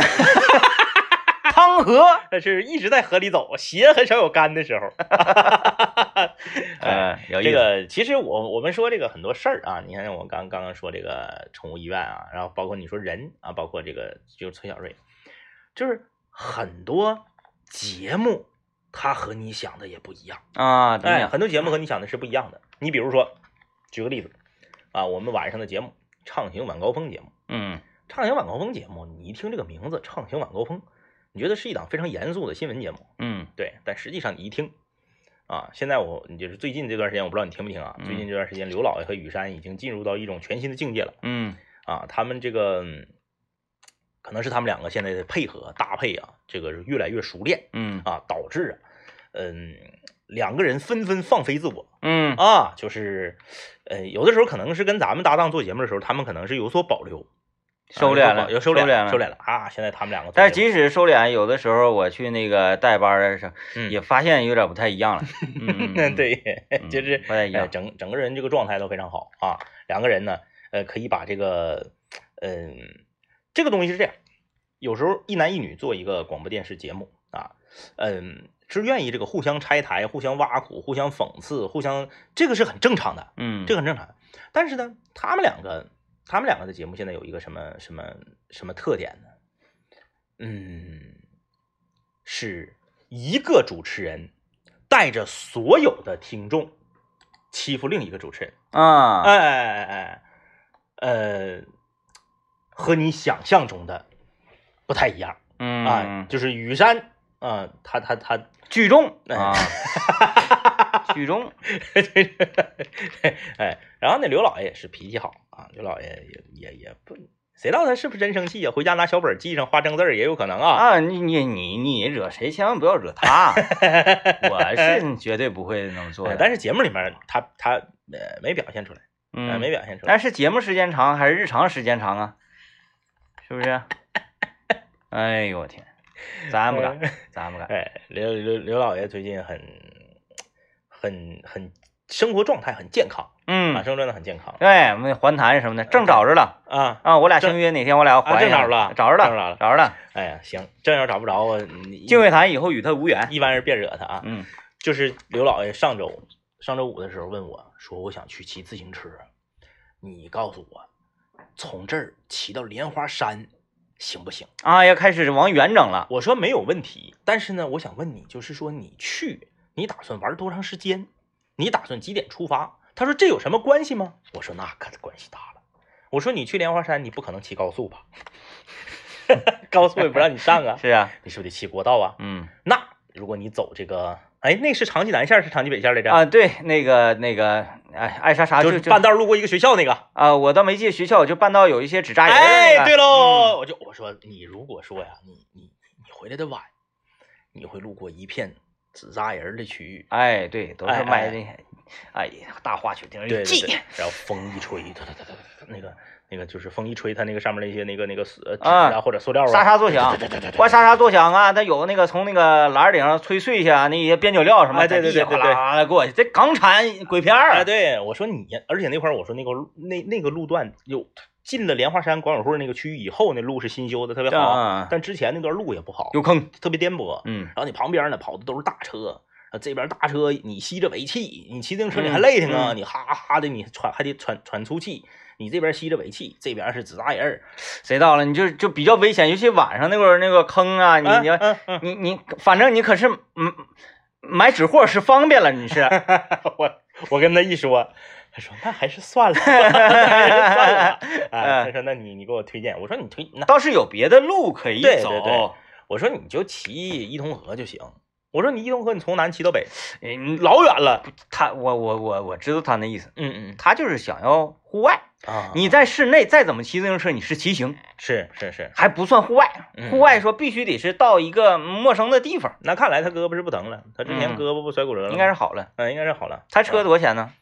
A: 汤河，
B: 他是一直在河里走，鞋很少有干的时候。
A: 呃，有意
B: 这
A: 思，
B: 个其实我我们说这个很多事儿啊，你看我刚刚刚说这个宠物医院啊，然后包括你说人啊，包括这个就是崔小瑞，就是很多节目它和你想的也不一样，
A: 啊，怎么
B: 哎，
A: 样？
B: 很多节目和你想的是不一样的。你比如说，举个例子啊，我们晚上的节目《畅行晚高峰》节目，
A: 嗯
B: 《畅行晚高峰》节目，你一听这个名字《畅行晚高峰》，你觉得是一档非常严肃的新闻节目，
A: 嗯
B: 对，但实际上你一听，啊，现在我就是最近这段时间，我不知道你听没听啊，
A: 嗯
B: 最近这段时间，刘老爷和雨山已经进入到一种全新的境界了
A: 嗯
B: 啊，他们这个嗯可能是他们两个现在的配合搭配啊，这个是越来越熟练
A: 嗯
B: 啊，导致啊，嗯，两个人纷纷放飞自我，
A: 嗯
B: 啊，就是，呃，有的时候可能是跟咱们搭档做节目的时候，他们可能是有所保留，啊
A: 收敛了
B: 有所保留收敛
A: 收敛了
B: 收敛了啊！现在他们两个做
A: 但是
B: 节目，
A: 即使收敛，有的时候我去那个带班儿的时候，
B: 嗯
A: 也发现有点不太一样 了。嗯，嗯嗯
B: 对，
A: 嗯
B: 就是
A: 不太一
B: 哎
A: 样。
B: 整整个人这个状态都非常好啊。两个人呢，呃，可以把这个，嗯、这个东西是这样，有时候一男一女做一个广播电视节目啊，嗯、是愿意这个互相拆台、互相挖苦、互相讽刺、互相，这个是很正常的。
A: 嗯，
B: 这个很正常。但是呢，他们两个，他们两个的节目现在有一个什么什么什么特点呢？嗯，是一个主持人带着所有的听众欺负另一个主持人。
A: 啊，
B: 哎哎哎哎，呃，和你想象中的不太一样
A: 嗯
B: 啊、就是雨山啊、他他他
A: 聚众
B: 哎
A: 啊， 聚众，
B: 哎，然后那刘老爷也是脾气好啊，刘老爷也也也不，谁知道他是不是真生气呀、啊回家拿小本记上花正字儿也有可能啊。
A: 啊，你你你你惹谁，千万不要惹 他，啊我是绝对不会那么做
B: 哎
A: 的。
B: 但
A: 是，
B: 是节目里面他他呃没表现出来，呃
A: 嗯，
B: 没表现出来。
A: 但是节目时间长还是日常时间长啊？是不 是？哎呦我天，咱不敢，咱 不敢。
B: 哎，刘刘刘老爷最近很很很生活状态很健康啊，
A: 嗯，
B: 生活状态很健康
A: 对，我们环谈什么的，正找着了
B: 啊。
A: 啊！我俩相约哪天我俩
B: 啊
A: 环
B: 正
A: 一下
B: 找着了
A: 找着
B: 正找着
A: 了
B: 了，嗯
A: 找着了。
B: 哎呀，行，正要找不着我，你
A: 敬畏坛以后与他无缘。
B: 一般人别惹他啊。
A: 嗯
B: 就是刘老爷上周上周五的时候问我说，我想去骑自行车，你告诉我，从这儿骑到莲花山行不行？
A: 啊，要开始往远整了。
B: 我说没有问题，但是呢，我想问你，就是说你去，你打算玩多长时间？你打算几点出发？他说这有什么关系吗？我说那可关系大了。我说你去莲花山，你不可能骑高速吧？ 高速也不让你上啊，
A: 是啊，
B: 你是不是得骑国道啊？
A: 嗯
B: 那如果你走这个，哎，那是长济南线儿是长济北线儿来着？
A: 啊，对，那个那个，哎，爱啥啥
B: 就
A: 就是就
B: 半道路过一个学校那个。
A: 啊，我倒没记学校，我就半道有一些纸扎人儿那个。嗯
B: 哎，对喽，我就我说你如果说呀，你你你回来的晚，你会路过一片纸扎人儿的区域。
A: 哎，对，都
B: 哎
A: 是卖
B: 哎
A: 那，哎呀，大花雪顶
B: 对
A: 儿
B: 对
A: 系
B: 对，然后风一吹，哒哒哒哒哒，那个那个就是风一吹，它那个上面那些那个那个呃纸
A: 啊
B: 啊或者塑料
A: 沙
B: 啊，
A: 沙作响，哇沙沙作响啊！它有那个从那个篮儿顶上吹碎下那些边角料什么，
B: 哎对对对
A: 在地下
B: 对对
A: 哗啦啦过去，这港产鬼片儿啊
B: 哎，。对，我说你，而且那块儿我说那个路那那个路段有进了莲花山管委会那个区域以后，那路是新修的，特别
A: 这样
B: 好，
A: 啊
B: 但之前那段路也不好，
A: 有坑，
B: 特别颠簸。
A: 嗯
B: 然后你旁边呢跑的都是大车，啊，这边大车你吸着尾气，你骑自行车你还累挺啊，
A: 嗯
B: 你哈哈的你喘还得喘喘粗气，你这边吸着尾气，这边是纸扎人儿，
A: 谁到了你就就比较危险，尤其晚上那会儿那个坑啊，你
B: 啊
A: 你
B: 啊啊
A: 你你，反正你可是嗯买纸货是方便了，你是
B: 啊我我跟他一说，他说那还 是算了，还是算了，
A: 嗯
B: 啊，他说那你你给我推荐，我说你推那，
A: 倒是有别的路可以
B: 对对
A: 走。
B: 对我说你就骑伊通河就行。我说你伊通河，你从南骑到北，
A: 哎你
B: 老远了。
A: 他我我我我知道他那意思，
B: 嗯
A: 他就是想要户外。
B: 嗯啊，
A: 你在室内再怎么骑自行车，你是骑行，
B: 是是是，
A: 还不算户外。
B: 嗯
A: 户外说必须得是到一个陌生的地方，
B: 那看来他胳膊是不疼了，他之前
A: 嗯
B: 胳膊不摔骨折了吗，
A: 应该是好了。
B: 嗯，应该是好了。
A: 他车多少钱呢？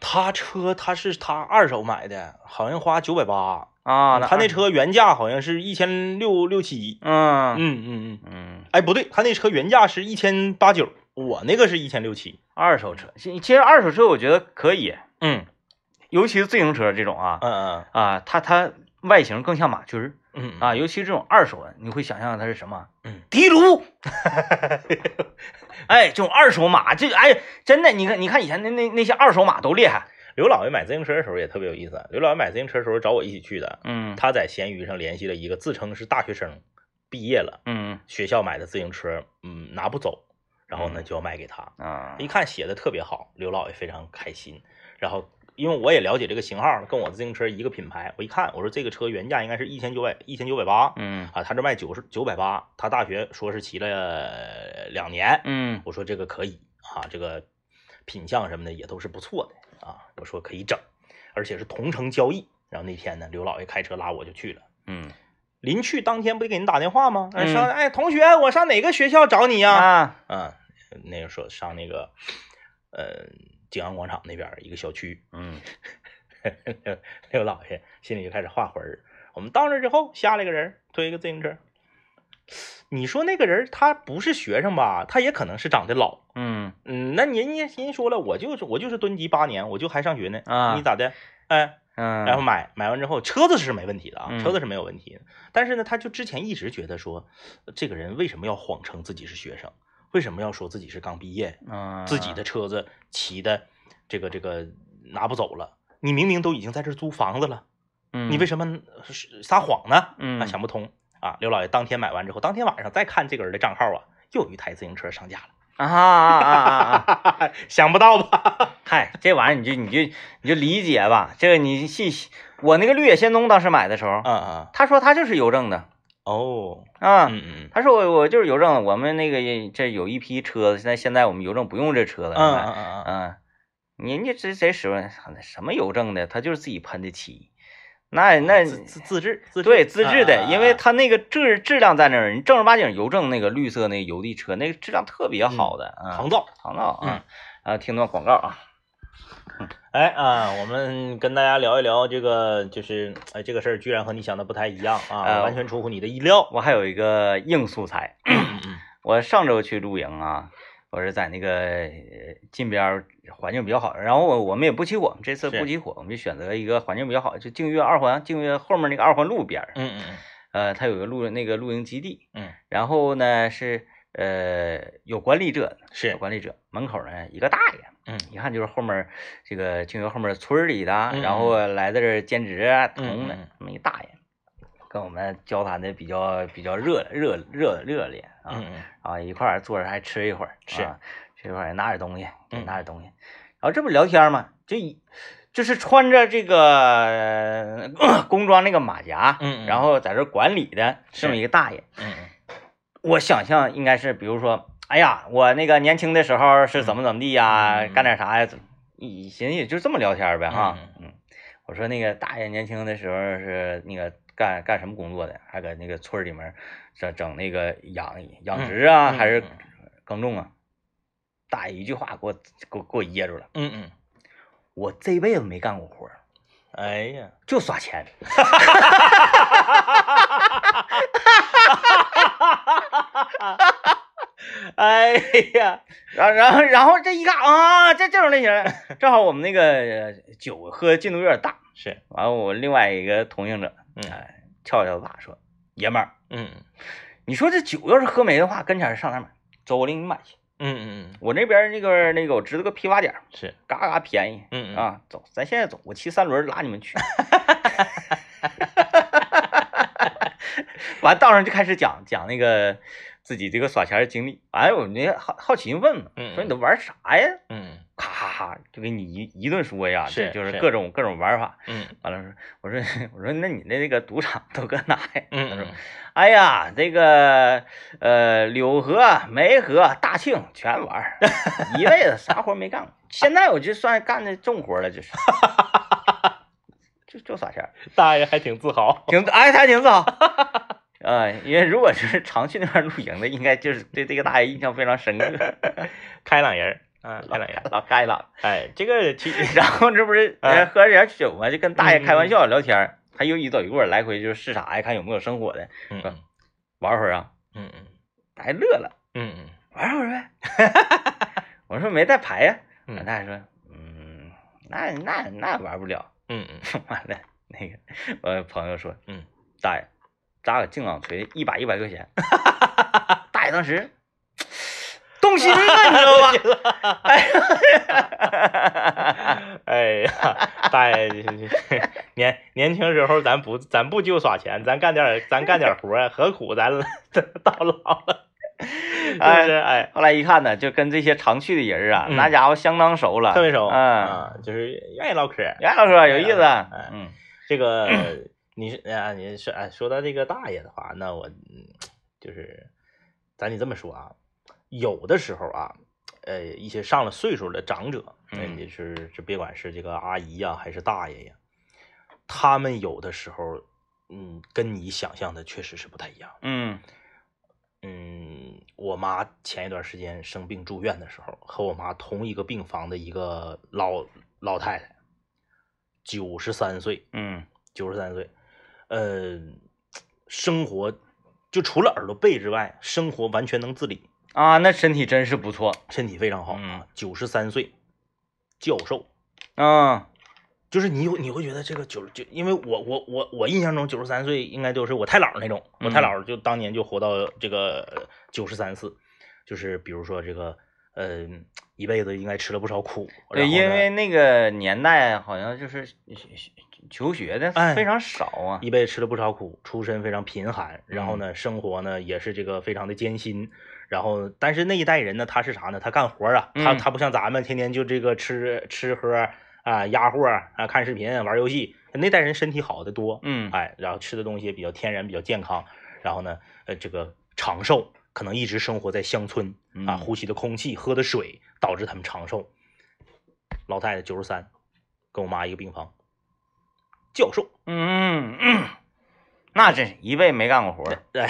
B: 他车他是他二手买的，好像花九百八。
A: 啊，
B: 嗯他那
A: 二，
B: 车原价好像是一千六六七。
A: 嗯
B: 嗯嗯嗯，
A: 嗯，
B: 哎不对，他那车原价是一千八九，我那个是一千六七。
A: 二手车，其其实二手车我觉得可以，
B: 嗯
A: 尤其是自行车这种啊
B: 嗯嗯
A: 啊，它它外形更像马驹儿
B: 嗯
A: 啊，尤其这种二手的，你会想象它是什么？
B: 嗯，
A: 迪卢。 哎，这种二手马，这哎，真的，你看，你看以前那那那些二手马都厉害，
B: 刘老爷买自行车的时候也特别有意思。啊刘老爷买自行车的时候找我一起去的，
A: 嗯
B: 他在闲鱼上联系了一个自称是大学生，毕业了，
A: 嗯
B: 学校买的自行车，嗯，拿不走，然后呢
A: 嗯
B: 就要卖给他。
A: 啊
B: 一看写的特别好，刘老爷非常开心，然后因为我也了解这个型号了，跟我自行车一个品牌。我一看，我说这个车原价应该是一千九百一千九百八
A: 嗯
B: 啊，他这卖九十九百八，他大学说是骑了两年，
A: 嗯
B: 我说这个可以啊，这个品相什么的也都是不错的啊，我说可以整，而且是同城交易。然后那天呢，刘老爷开车拉我就去了。
A: 嗯
B: 临去当天不得给您打电话吗？哎
A: 嗯
B: 上哎，同学，我上哪个学校找你呀、
A: 啊
B: 嗯，那个说上那个，呃，景阳广场那边儿一个小区，
A: 嗯
B: 刘老爷心里就开始画魂儿。我们到那儿之后，下来个人推一个自行车，你说那个人他不是学生吧？他也可能是长得老。
A: 嗯
B: 嗯，那人家人家说了，我就是我就是蹲级八年，我就还上学呢。
A: 啊
B: 你咋的？哎，
A: 嗯，
B: 然后买买完之后，车子是没问题的啊，
A: 嗯
B: 车子是没有问题的。但是呢，他就之前一直觉得说，呃这个人为什么要谎称自己是学生？为什么要说自己是刚毕业？
A: 嗯
B: 自己的车子骑的这个这个拿不走了，你明明都已经在这儿租房子了，
A: 嗯
B: 你为什么呃是撒谎呢？
A: 嗯
B: 啊，想不通啊！刘老爷当天买完之后，当天晚上再看这个人的账号啊，又有一台自行车上架了，
A: 啊啊啊啊啊！
B: 想不到吧？
A: 嗨，这玩意儿你就你就你就理解吧，这个你细细，我那个绿野仙踪当时买的时候，
B: 嗯嗯，
A: 他说他就是邮政的
B: 哦，
A: 啊，
B: 嗯嗯
A: 他说我我就是邮政，我们那个也这有一批车子，现在现在我们邮政不用这车了，
B: 嗯
A: 现
B: 嗯
A: 在
B: 嗯嗯，
A: 啊，你你这谁使唤什么邮政的，他就是自己喷的漆，那那
B: 啊自自自制嗯自制
A: 对自制
B: 啊啊
A: 的
B: 啊，
A: 因为它那个质质量在那儿，你正儿八经邮政那个绿色那个邮递车，那个质量特别
B: 嗯
A: 好的，啊，
B: 抗造。
A: 糖皂
B: 嗯
A: 啊，啊，听段广告啊，
B: 哎啊，我们跟大家聊一聊这个，就是哎这个事儿居然和你想的不太一样啊，
A: 呃
B: 完全出乎你的意料。
A: 我还有一个硬素材。
B: 嗯嗯
A: 我上周去露营啊，我是在那个呃近边儿环境比较好，然后我我们也不起火，我们这次
B: 是
A: 不起火，我们就选择一个环境比较好，就净月二环，净月后面那个二环路边儿，
B: 嗯嗯嗯
A: 呃，它有个露那个露营基地，
B: 嗯，
A: 然后呢是呃有管理者，
B: 嗯，是
A: 有，管理者，门口呢一个大爷。
B: 嗯
A: 一看就是后面儿这个净月后面儿村儿里的，
B: 嗯
A: 然后来在这儿兼职啊打工的
B: 嗯嗯嗯
A: 这么一大爷，跟我们交谈的比较比较热热热热烈啊。
B: 嗯嗯
A: 啊，一块儿坐着还吃一会儿，
B: 是
A: 啊吃一会儿拿点东西，给
B: 嗯
A: 拿点东西，然后这不聊天嘛，这一就是穿着这个、呃 工装那个马甲，
B: 嗯嗯
A: 然后在这管理的这么
B: 是
A: 一个大爷，
B: 嗯嗯。
A: 我想象应该是比如说，哎呀，我那个年轻的时候是怎么怎么地呀、
B: 嗯嗯
A: 干点啥呀，怎么一寻思也就这么聊天呗哈
B: 嗯，
A: 嗯，我说那个大爷年轻的时候是那个。干干什么工作的？还搁那个村儿里面整整那个养养殖啊，
B: 嗯
A: 还是
B: 嗯
A: 耕种啊？大爷一句话给我给我给我噎住了，
B: 嗯嗯，
A: 我这辈子没干过活儿，
B: 哎呀，
A: 就耍钱。
B: 哎呀，
A: 然后然后然后这一看啊，这这种类型儿， 正好我们那个呃酒喝进度有点大，
B: 是，
A: 完了我另外一个同行者，
B: 嗯
A: 哎，跳跳他说，爷们儿，
B: 嗯
A: 你说这酒要是喝没的话，跟前儿上哪儿买？走，我领你买去。
B: 嗯嗯，
A: 我那边儿那个那个，我知道个批发点儿，
B: 是，
A: 嘎嘎便宜。
B: 嗯嗯，
A: 啊，走，咱现在走，我骑三轮儿拉你们去。 完，道上就开始讲讲那个自己这个耍钱的经历。哎，我那好好奇心问嘛，
B: 嗯
A: 说你都玩啥呀？
B: 嗯
A: 咔咔咔，就给你一一顿说呀，
B: 是
A: 这就是
B: 是
A: 各种各种玩法。
B: 嗯
A: 完了说， 我说我说那你的那个赌场都搁哪呀？
B: 嗯，
A: 他说，哎呀，这个呃柳河、梅河、啊大庆全玩儿，一辈子啥活没干过。现在我就算干的重活了，就是，就 就耍钱儿，
B: 大爷还挺自豪，
A: 挺哎他挺自豪。呃，因为如果就是常去那边露营的，应该就是对这个大爷印象非常深刻，
B: 开朗人，啊，开朗人，
A: 老开朗。
B: 哎，这个其 实，
A: 然后这不是
B: 哎
A: 呃喝着点酒嘛，就跟大爷开玩笑聊天儿，他又一走一过来回就是试啥呀，看有没有生火的，
B: 嗯嗯
A: 玩会儿啊，
B: 嗯嗯
A: 大爷哎乐了。
B: 嗯
A: 玩会儿 呗。我说没带牌呀、
B: 嗯
A: 我大爷说，嗯，那那那玩不了。
B: 嗯嗯
A: 完了，那个我朋友说，
B: 嗯，
A: 大爷，咱俩净港锤一百一百块 钱。大爷当时动心了，你知道 吧？哎，
B: 哎呀，大爷， 年年轻时候 咱不咱不就耍钱，咱干点咱干点活，何苦咱到老了是不是？哎，
A: 后来一看呢，就跟这些常去的人啊，
B: 嗯
A: 那家伙相当熟了，
B: 特别熟，
A: 嗯，
B: 啊，就是愿意唠嗑儿。
A: 袁老师啊有意思
B: 哎，
A: 嗯，
B: 这个 你是啊，你是哎，说到这个大爷的话，那我嗯就是咱得这么说啊，有的时候啊，呃，一些上了岁数的长者，哎
A: 嗯
B: 你是这别管是这个阿姨呀、还是大爷呀，他们有的时候，嗯，跟你想象的确实是不太一样。
A: 嗯
B: 嗯，我妈前一段时间生病住院的时候，和我妈同一个病房的一个老老太太，九十三岁，
A: 嗯
B: 九十三岁，呃，生活就除了耳朵背之外，生活完全能自理，
A: 啊，那身体真是不错，
B: 身体非常好啊
A: 嗯，
B: 九十三岁，教授，
A: 嗯
B: 就是你有你会觉得这个九就因为我我我我印象中九十三岁应该就是我太姥儿那种，我太
A: 嗯
B: 姥儿就当年就活到这个九十三四，就是比如说这个呃一辈子应该吃了不少苦，
A: 对，
B: 然后
A: 因
B: 呢
A: 为那个年代好像就是求学的
B: 哎
A: 非常少啊，嗯
B: 一辈子吃了不少苦，出身非常贫寒，然后呢，生活呢也是这个非常的艰辛。然后，但是那一代人呢，他是啥呢？他干活啊，他
A: 嗯
B: 他不像咱们天天就这个吃吃喝啊、压货啊、看视频、玩游戏。那代人身体好的多，
A: 嗯
B: 哎，然后吃的东西也比较天然、比较健康，然后呢，呃，这个长寿，可能一直生活在乡村啊，
A: 嗯
B: 呼吸的空气、喝的水，导致他们长寿。老太太九十三，跟我妈一个病房，教授。
A: 嗯，嗯那真是一辈没干过活儿，
B: 对，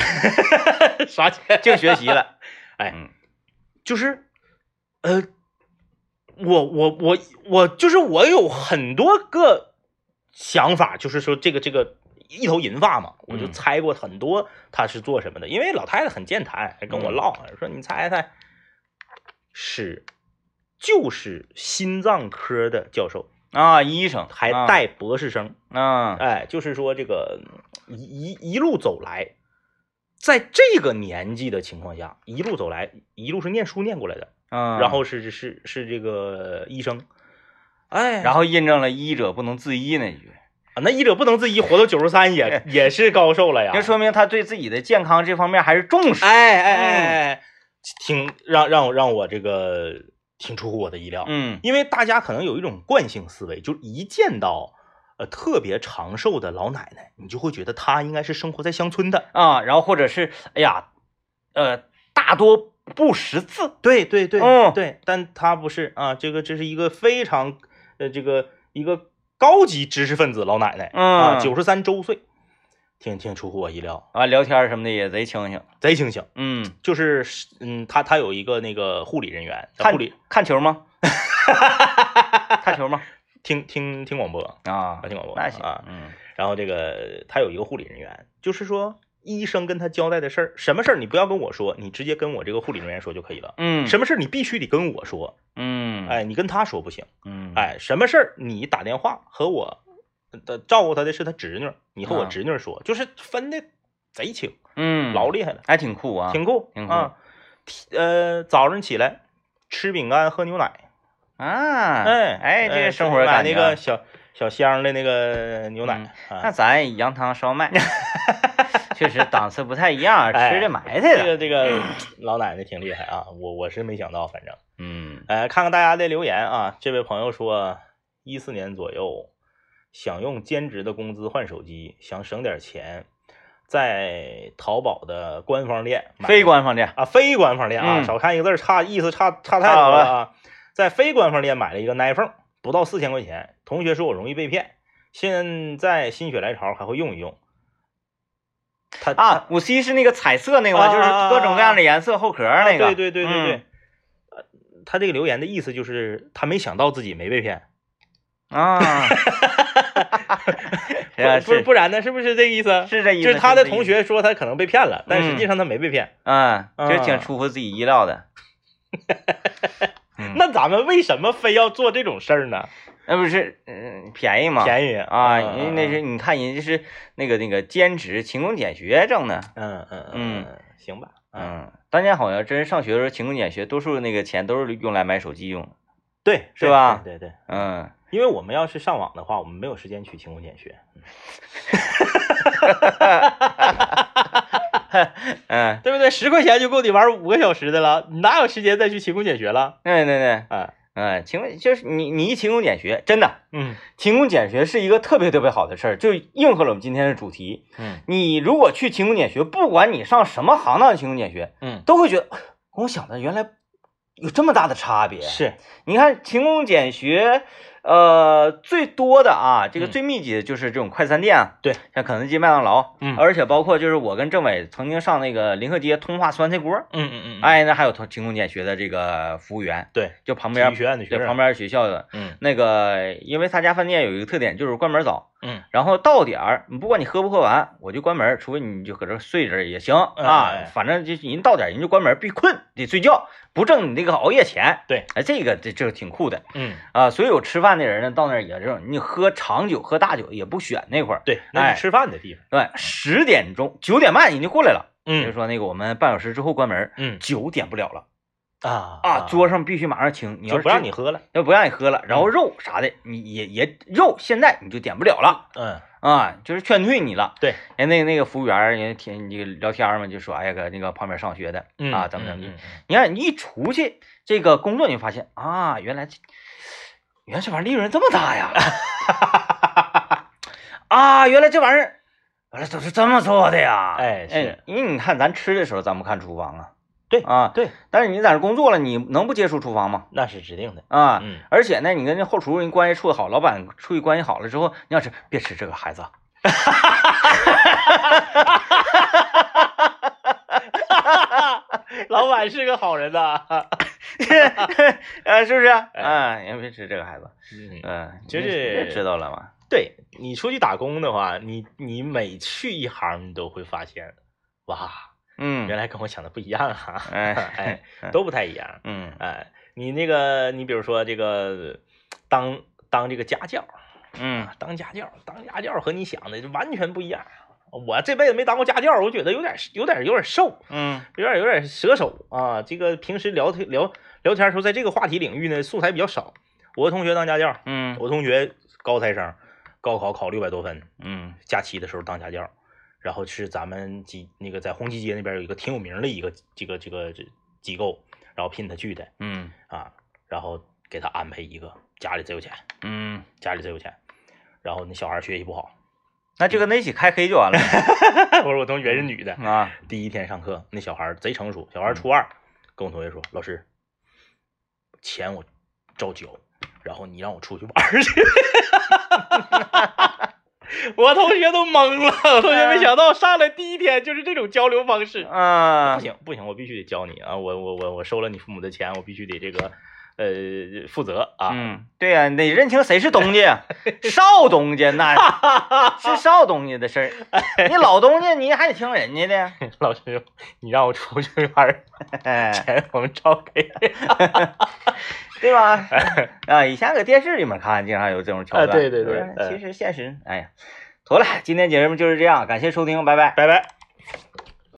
B: 啥钱？
A: 净学习了，
B: 哎
A: 嗯
B: 就是，呃，我我我我就是我有很多个想法，就是说这个这个一头银发嘛，我就
A: 嗯
B: 猜过很多他是做什么的，因为老太太很健谈，还跟我
A: 嗯
B: 唠，说你猜猜是就是心脏科的教授，
A: 啊，医生
B: 还
A: 啊
B: 带博士生。
A: 啊，
B: 哎，就是说这个嗯一一一路走来，在这个年纪的情况下，一路走来，一路是念书念过来的，
A: 嗯，
B: 然后是是是这个医生，哎，
A: 然
B: 后
A: 后印证了医者不能自医那句，
B: 那医者不能自医，活到九十三 也也是高寿了呀，
A: 这说明他对自己的健康这方面还是重视，
B: 哎哎哎
A: 嗯
B: 哎哎，挺让让我让我这个挺出乎我的意料，
A: 嗯
B: 因为大家可能有一种惯性思维，就一见到。呃，特别长寿的老奶奶，你就会觉得她应该是生活在乡村的，
A: 啊，然后或者是哎呀，呃，大多不识字，
B: 对对对，
A: 嗯
B: 对，但他不是啊，这个这是一个非常呃，这个一个高级知识分子老奶奶、啊，
A: 嗯
B: 九十三周岁，挺挺出乎我意料，
A: 啊，聊天什么的也贼清醒，
B: 贼清醒。
A: 嗯，
B: 就是嗯，他他有一个那个护理人员，
A: 看
B: 护理
A: 看球吗？ 看球吗？
B: 听听听广播，
A: 啊，
B: 听广播
A: 那行
B: 啊
A: 嗯
B: 然后这个他有一个护理人员，就是说医生跟他交代的事儿，什么事儿你不要跟我说，你直接跟我这个护理人员说就可以了。
A: 嗯
B: 什么事儿你必须得跟我说，
A: 嗯
B: 哎，你跟他说不行。
A: 嗯
B: 哎，什么事儿你打电话和我的照顾他的是他侄女儿，你和我
A: 啊
B: 侄女儿说，就是分的贼清，
A: 嗯，
B: 老厉害了，
A: 还挺酷啊，
B: 挺酷，
A: 挺酷
B: 啊。提呃，早上起来吃饼干喝牛奶，
A: 啊，
B: 哎
A: 哎，这
B: 呃
A: 个生活
B: 买
A: 感
B: 那
A: 觉啊嗯
B: 个小小箱的那个牛奶
A: 那
B: 啊，
A: 咱羊汤烧麦确实档次不太一样，
B: 哎
A: 吃这埋汰
B: 这
A: 的。
B: 个这 个老奶奶挺厉害啊，我我是没想到，反正。
A: 嗯
B: 呃，看看大家的留言啊。这位朋友说，一四年左右想用兼职的工资换手机，想省点钱，在淘宝的官方店买
A: 非官方店
B: 啊，非官方店啊，
A: 嗯
B: 少看一个字儿，差意思差差太
A: 差
B: 多
A: 好
B: 了
A: 了
B: 啊。在非官方店买了一个 iPhone，不到四千块钱。同学说我容易被骗，现在心血来潮还会用一用。他
A: 啊，五 C 是那个彩色那个吗？
B: 啊
A: 就是各种各样的颜色后壳
B: 他
A: 那个。嗯
B: 对对对对对，呃他这个留言的意思就是他没想到自己没被骗。
A: 对啊，是啊
B: 不不
A: 是
B: 不然呢？是不是这个意思？
A: 是这意
B: 就
A: 思，
B: 是他的
A: 这意
B: 同
A: 思，
B: 学说他可能被骗了，但实际
A: 嗯
B: 上他没被骗。
A: 嗯，就是
B: 啊
A: 挺出乎自己意料的。嗯
B: 那咱们为什么非要做这种事儿呢？
A: 那不是嗯便宜吗？宜
B: 便宜
A: 啊，
B: 嗯
A: 人家那是你看人家是那个那个兼职勤工俭学挣的。
B: 嗯嗯
A: 嗯
B: 嗯，行吧，嗯，
A: 嗯，当年好像真上学的时候勤工俭学，多数那个钱都是用来买手机用的。
B: 对，
A: 是
B: 对
A: 吧
B: 对对，对
A: 嗯，
B: 因为我们要是上网的话，我们没有时间去勤工俭学。
A: 嗯，
B: 对不对？十块钱就够你玩五个小时的了，你哪有时间再去勤工俭学了？
A: 对对对，
B: 哎，
A: 嗯，勤工就是你你一勤工俭学，真的
B: 嗯
A: 勤工俭学是一个特别特别好的事儿，就应和了我们今天的主题。
B: 嗯
A: 你如果去勤工俭学，不管你上什么行当的勤工俭学，
B: 嗯，
A: 都会觉得哎跟我想的原来有这么大的差别。
B: 是，
A: 你看勤工俭学，呃，最多的啊，这个
B: 嗯
A: 最密集的就是这种快餐店啊，
B: 对，
A: 像肯德基、麦当劳，
B: 嗯
A: 而且包括就是我跟政委曾经上那个临河街通化酸菜锅，
B: 嗯嗯嗯，，
A: 哎，那还有同勤工俭学的这个服务员，
B: 对，
A: 就旁
B: 体育
A: 边
B: 学院的学
A: 对
B: 生，
A: 旁边学校的
B: 嗯
A: 那个，因为他家饭店有一个特点就是关门早，
B: 嗯，
A: 然后到点儿，你不管你喝不喝完，我就关门，除非你就搁这睡着也行
B: 哎哎
A: 啊
B: 哎，
A: 反正就是人到点儿人就关门，必须困得睡觉，不挣你那个熬夜钱。
B: 对，
A: 哎，这个这这个挺酷的
B: 嗯，
A: 啊，所以有吃饭的人呢，到那儿也这种，你喝长酒喝大酒也不选那会儿，
B: 对，那
A: 哎
B: 是吃饭的地方，
A: 对，十点钟九点半人就过来了，就
B: 嗯
A: 说那个我们半小时之后关门，
B: 嗯
A: 酒点不了了。
B: 啊
A: 啊，桌上必须马上清，你要
B: 就是不让
A: 这
B: 你，喝了，嗯
A: 要不让你喝了，然后肉啥的，你也也肉现在你就点不了了
B: 嗯
A: 啊，就是劝退你了。
B: 对，
A: 哎，那那个服务员儿人家天你聊天儿嘛，就说哎呀搁那个旁边上学的
B: 嗯
A: 啊，怎么怎么地
B: 嗯，
A: 你看你一出去这个工作，你就发现啊，原来这原来这玩意儿利润这么大 呀，啊，原来这玩意儿原来都是这么做的呀。
B: 哎是
A: 因为你看咱吃的时候，咱不看厨房啊。
B: 对
A: 啊，
B: 对，
A: 但是你在这工作了，你能不接触厨房吗？
B: 那是指定的，
A: 啊，
B: 嗯，
A: 而且呢，你跟那后厨人关系处的好，老板处的关系好了之后，你要吃别吃这个孩子，
B: 老板是个好人呐，
A: 呃，是不是？啊，也别吃这个孩子，
B: 嗯。
A: 嗯，
B: 哎就是
A: 你也知道了嘛。
B: 对你出去打工的话，你你每去一行，你都会发现，哇，
A: 嗯，
B: 原来跟我想的不一样啊，
A: 哎
B: 哎，都不太一样。
A: 嗯
B: 哎，你那个，你比如说这个，当当这个家教，啊
A: 嗯
B: 当家教，当家教和你想的就完全不一样。啊我这辈子没当过家教，我觉得有点有点有点瘦，
A: 嗯
B: 有点有点蛇手啊。这个平时聊天聊聊天的时候，在这个话题领域呢，素材比较少。我同学当家教，
A: 嗯
B: 我同学高材生，高考考六百多分，
A: 嗯
B: 假期的时候当家教，然后是咱们机那个在红旗街那边有一个挺有名的一个这个这个这机构，然后聘他去的
A: 嗯
B: 啊，然后给他安排一个，家里真有钱，
A: 嗯，
B: 家里真有钱，然后那小孩学习不好，
A: 那就跟他一起开黑就完了
B: 我说我同学是女的，
A: 啊。
B: 第一天上课那小孩贼成熟，小孩初二，跟我同学说，老师，钱我照交，然后你让我出去玩儿去。 我同学都懵了，我同学没想到上来第一天就是这种交流方式，
A: 啊
B: 哎不，行不行，我必须得教你啊！我我我我收了你父母的钱，我必须得这个呃负责啊！
A: 嗯，对呀、你得认清谁是东家 呀，少东家那是少东家的事
B: 哎
A: 儿，你老东家你还得听人家 的呀，
B: 老师，你让我出去玩儿，
A: 哎，
B: 钱我们照给。
A: 对吧？啊，以前搁电视里面看，经常有这种桥段。
B: 哎对对对
A: 哎
B: 哎
A: 其实现实，哎呀，妥了，今天节目就是这样，感谢收听，拜拜。
B: 拜拜。